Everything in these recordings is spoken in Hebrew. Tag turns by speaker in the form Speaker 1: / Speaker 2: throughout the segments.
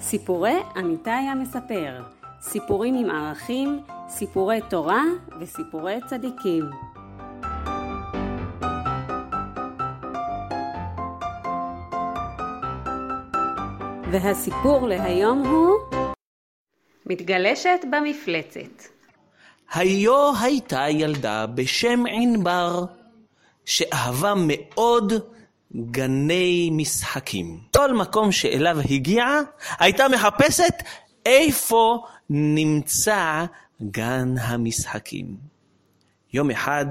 Speaker 1: סיפורי אמיתי המספר, סיפורים עם ערכים, סיפורי תורה וסיפורי צדיקים. והסיפור להיום הוא מתגלשת במפלצת.
Speaker 2: היו הייתה ילדה בשם ענבר, שאהבה מאוד גני משחקים. כל מקום שאליו הגיעה, הייתה מחפשת איפה נמצא גן המשחקים. יום אחד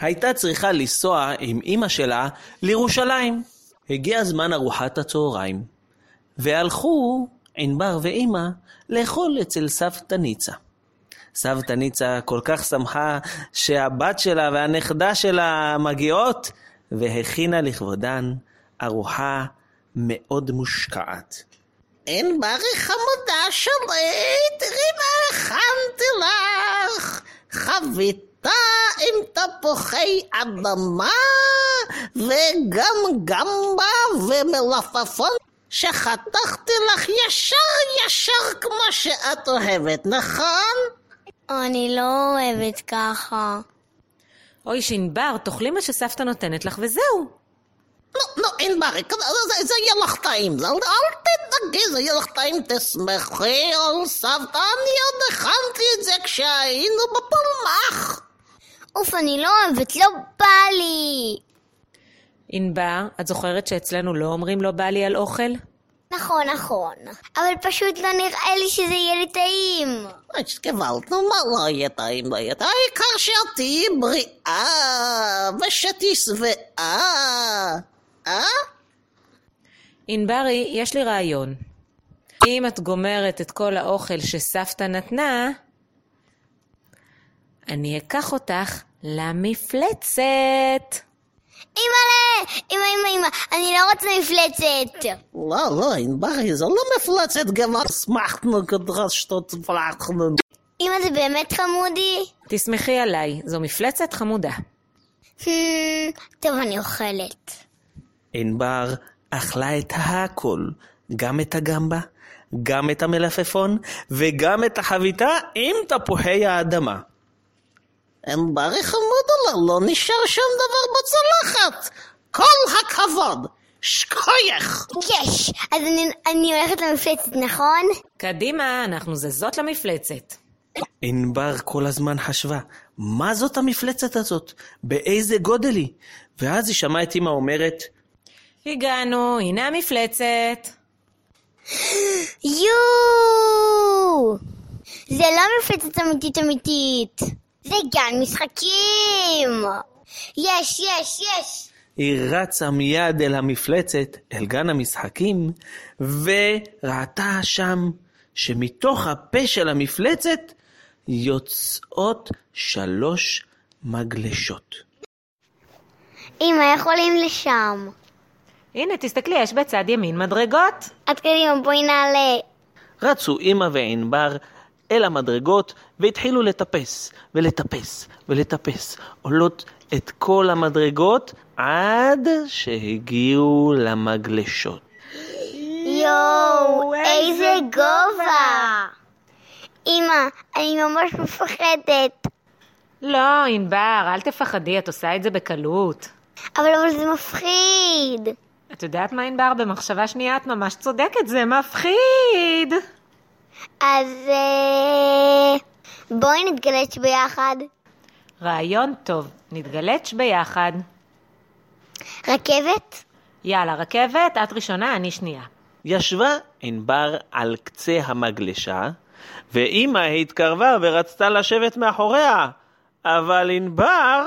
Speaker 2: הייתה צריכה לנסוע עם אמא שלה לירושלים. הגיע זמן ארוחת הצהריים, והלכו ענבר ואימא לאכול אצל סבתא ניצה. סבתא ניצה כל כך שמחה שהבת שלה והנכדה שלה מגיעות, והכינה לכבודן ארוחה מאוד מושקעת.
Speaker 3: אין ברי חמודה שלי, תראי מה הכנתי לך. חביתה עם תפוחי אדמה, וגם גמבה ומלפפון שחתכתי לך ישר ישר כמו שאת אוהבת, נכון?
Speaker 4: אני לא אוהבת ככה.
Speaker 5: אוי, שענבר, תאכלי מה שסבתא נותנת לך וזהו.
Speaker 3: נו, נו, אין ברי, זה, זה יהיה לך טעים, זה, אל תדאגי, זה יהיה לך טעים, תשמחי על סבתא, אני עוד הכנתי את זה כשהיינו בפלמ"ח.
Speaker 4: אוף, אני לא אוהבת, לא בא לי.
Speaker 5: ענבר, את זוכרת שאצלנו לא אומרים לא בא לי על אוכל?
Speaker 4: נכון, נכון. אבל פשוט לא נראה לי שזה יהיה לי טעים.
Speaker 3: אז גוואלד, נו מה לא יהיה טעים, לא יהיה טעים, העיקר שאת תהיי בריאה, ושתהיי שבעה, אה?
Speaker 5: ענברי, יש לי רעיון. אם את גומרת את כל האוכל שסבתא נתנה, אני אקח אותך למפלצת.
Speaker 4: אימא'לה! אימא, אימא, אימא, אני לא רוצה מפלצת.
Speaker 3: לא, לא, אין ברי, זה לא מפלצת גמר, שמחנו כדרס שטות פלחנו.
Speaker 4: אימא, זה באמת חמודי?
Speaker 5: תסמכי עליי, זו מפלצת חמודה.
Speaker 4: Hmm, טוב, אני אוכלת.
Speaker 2: ענבר אכלה את הכל, גם את הגמבה, גם את המלפפון, וגם את החביתה עם תפוחי האדמה.
Speaker 3: אין ברי חמודלה, לא נשאר שום דבר בצלחת. כל הכבוד, שכוייך.
Speaker 4: יש! אז אני, אני הולכת למפלצת, נכון?
Speaker 5: קדימה, אנחנו זזות למפלצת.
Speaker 2: ענבר כל הזמן חשבה, מה זאת המפלצת הזאת? באיזה גודל היא? ואז היא שמעה את אמא אומרת,
Speaker 5: הגענו, הנה המפלצת.
Speaker 4: יואו! זה לא מפלצת אמיתית אמיתית. זה גן משחקים! יש, יש, יש!
Speaker 2: היא רצה מיד אל המפלצת, אל גן המשחקים, וראתה שם שמתוך הפה של המפלצת יוצאות שלוש מגלשות.
Speaker 4: אמא, איך עולים לשם?
Speaker 5: הנה, תסתכלי, יש בצד ימין מדרגות.
Speaker 4: עד קדימה, בואי נעלה.
Speaker 2: רצו אמא וענבר אל המדרגות והתחילו לטפס ולטפס ולטפס, עולות את כל המדרגות עד שהגיעו למגלשות.
Speaker 4: יואו, איזה גובה! אמא, אני ממש מפחדת.
Speaker 5: לא, ענבר, אל תפחדי, את עושה את זה בקלות.
Speaker 4: אבל אבל זה מפחיד.
Speaker 5: את יודעת מה, ענבר? במחשבה שנייה את ממש צודקת, זה מפחיד!
Speaker 4: אז אה, בואי נתגלש ביחד.
Speaker 5: רעיון טוב, נתגלץ' ביחד.
Speaker 4: רכבת?
Speaker 5: יאללה, רכבת, את ראשונה, אני שנייה.
Speaker 2: ישבה ענבר על קצה המגלשה, ואימא התקרבה ורצתה לשבת מאחוריה, אבל ענבר...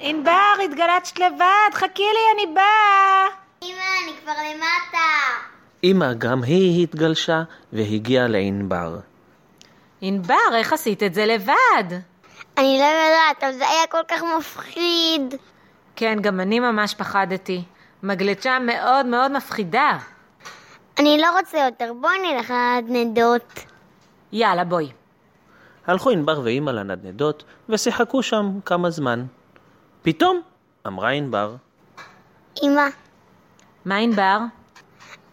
Speaker 5: ענבר, התגלצ'ת לבד, חכי לי, אני באה!
Speaker 4: אמא, אני כבר למטה.
Speaker 2: אימא גם היא התגלשה והגיעה לענבר.
Speaker 5: ענבר, איך עשית את זה לבד?
Speaker 4: אני לא יודעת, אבל זה היה כל כך מפחיד.
Speaker 5: כן, גם אני ממש פחדתי. מגלצ'ה מאוד מאוד מפחידה.
Speaker 4: אני לא רוצה יותר, בואי נלך לנדנדות.
Speaker 5: יאללה, בואי.
Speaker 2: הלכו ענבר ואימא לנדנדות ושיחקו שם כמה זמן. פתאום אמרה ענבר,
Speaker 4: אמא,
Speaker 5: מה ענבר?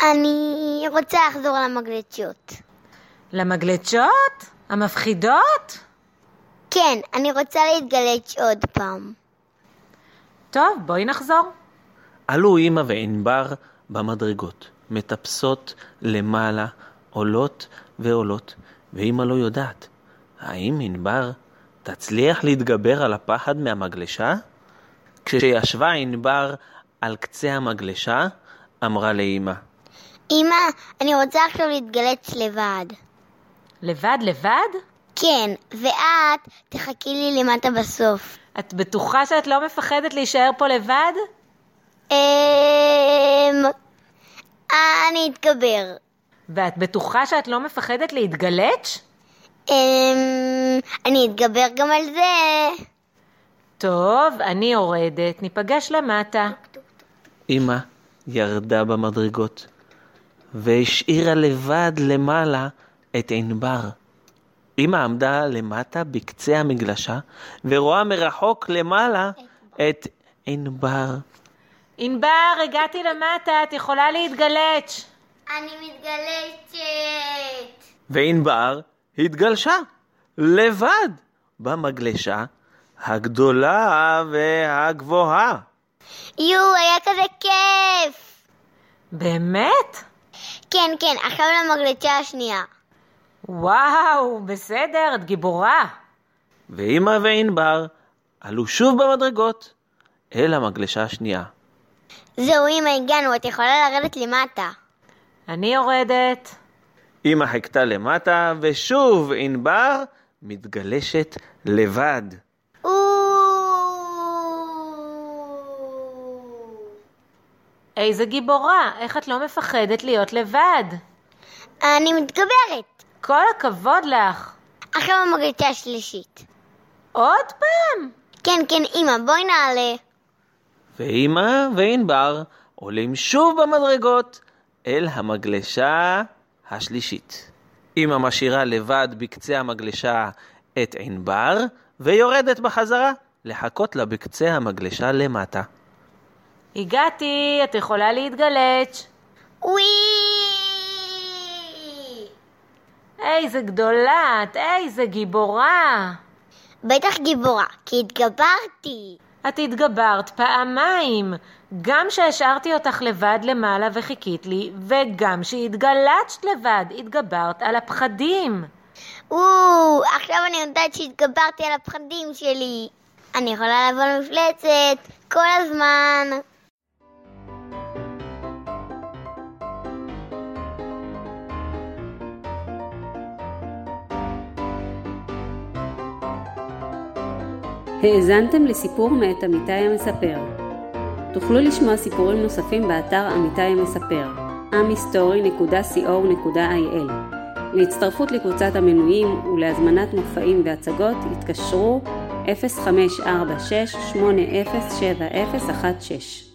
Speaker 4: אני רוצה לחזור למגלצ'יות.
Speaker 5: למגלצ'ות? המפחידות?
Speaker 4: כן, אני רוצה להתגלץ' עוד פעם.
Speaker 5: טוב, בואי נחזור.
Speaker 2: עלו אמא וענבר במדרגות, מטפסות למעלה, עולות ועולות, ואמא לא יודעת, האם ענבר תצליח להתגבר על הפחד מהמגלשה? כשישבה ענבר על קצה המגלשה, אמרה לאמא,
Speaker 4: אמא, אני רוצה עכשיו להתגלץ' לבד.
Speaker 5: לבד, לבד?
Speaker 4: כן, ואת תחכי לי למטה בסוף.
Speaker 5: את בטוחה שאת לא מפחדת להישאר פה לבד?
Speaker 4: אמ... אני אתגבר.
Speaker 5: ואת בטוחה שאת לא מפחדת להתגלץ'?
Speaker 4: אמ... אני אתגבר גם על זה.
Speaker 5: טוב, אני יורדת, ניפגש למטה.
Speaker 2: אמא ירדה במדרגות, והשאירה לבד למעלה את ענבר. אמא עמדה למטה בקצה המגלשה, ורואה מרחוק למעלה את ענבר.
Speaker 5: ענבר, הגעתי למטה, את יכולה להתגלץ'.
Speaker 4: אני מתגלצ'ת.
Speaker 2: וענבר התגלשה, לבד, במגלשה הגדולה והגבוהה.
Speaker 4: יואו, היה כזה כיף!
Speaker 5: באמת?
Speaker 4: כן, כן, עכשיו למגלצ'ה השנייה.
Speaker 5: וואו, בסדר, את גיבורה.
Speaker 2: ואמא וענבר עלו שוב במדרגות אל המגלשה השנייה.
Speaker 4: זהו, אמא, הגענו, את יכולה לרדת למטה.
Speaker 5: אני יורדת.
Speaker 2: אמא חיכתה למטה, ושוב ענבר מתגלשת לבד.
Speaker 5: איזה גיבורה, איך את לא מפחדת להיות לבד?
Speaker 4: אני מתגברת.
Speaker 5: כל הכבוד לך.
Speaker 4: עכשיו המגלצ'ה השלישית.
Speaker 5: עוד פעם?
Speaker 4: כן, כן, אמא, בואי נעלה.
Speaker 2: ואמא וענבר עולים שוב במדרגות אל המגלשה השלישית. אמא משאירה לבד בקצה המגלשה את ענבר, ויורדת בחזרה לחכות לה בקצה המגלשה למטה.
Speaker 5: הגעתי, את יכולה להתגלץ'.
Speaker 4: וואי!
Speaker 5: איזה גדולה את, איזה גיבורה.
Speaker 4: בטח גיבורה, כי התגברתי.
Speaker 5: את התגברת פעמיים, גם שהשארתי אותך לבד למעלה וחיכית לי, וגם שהתגלצת לבד, התגברת על הפחדים.
Speaker 4: וואו, עכשיו אני יודעת שהתגברתי על הפחדים שלי. אני יכולה לבוא למפלצת כל הזמן.
Speaker 1: האזנתם לסיפור מאת עמיתי המספר. תוכלו לשמוע סיפורים נוספים באתר עמיתי המספר, amhistory.co.il. להצטרפות לקבוצת המנויים ולהזמנת מופעים והצגות התקשרו 0546 807016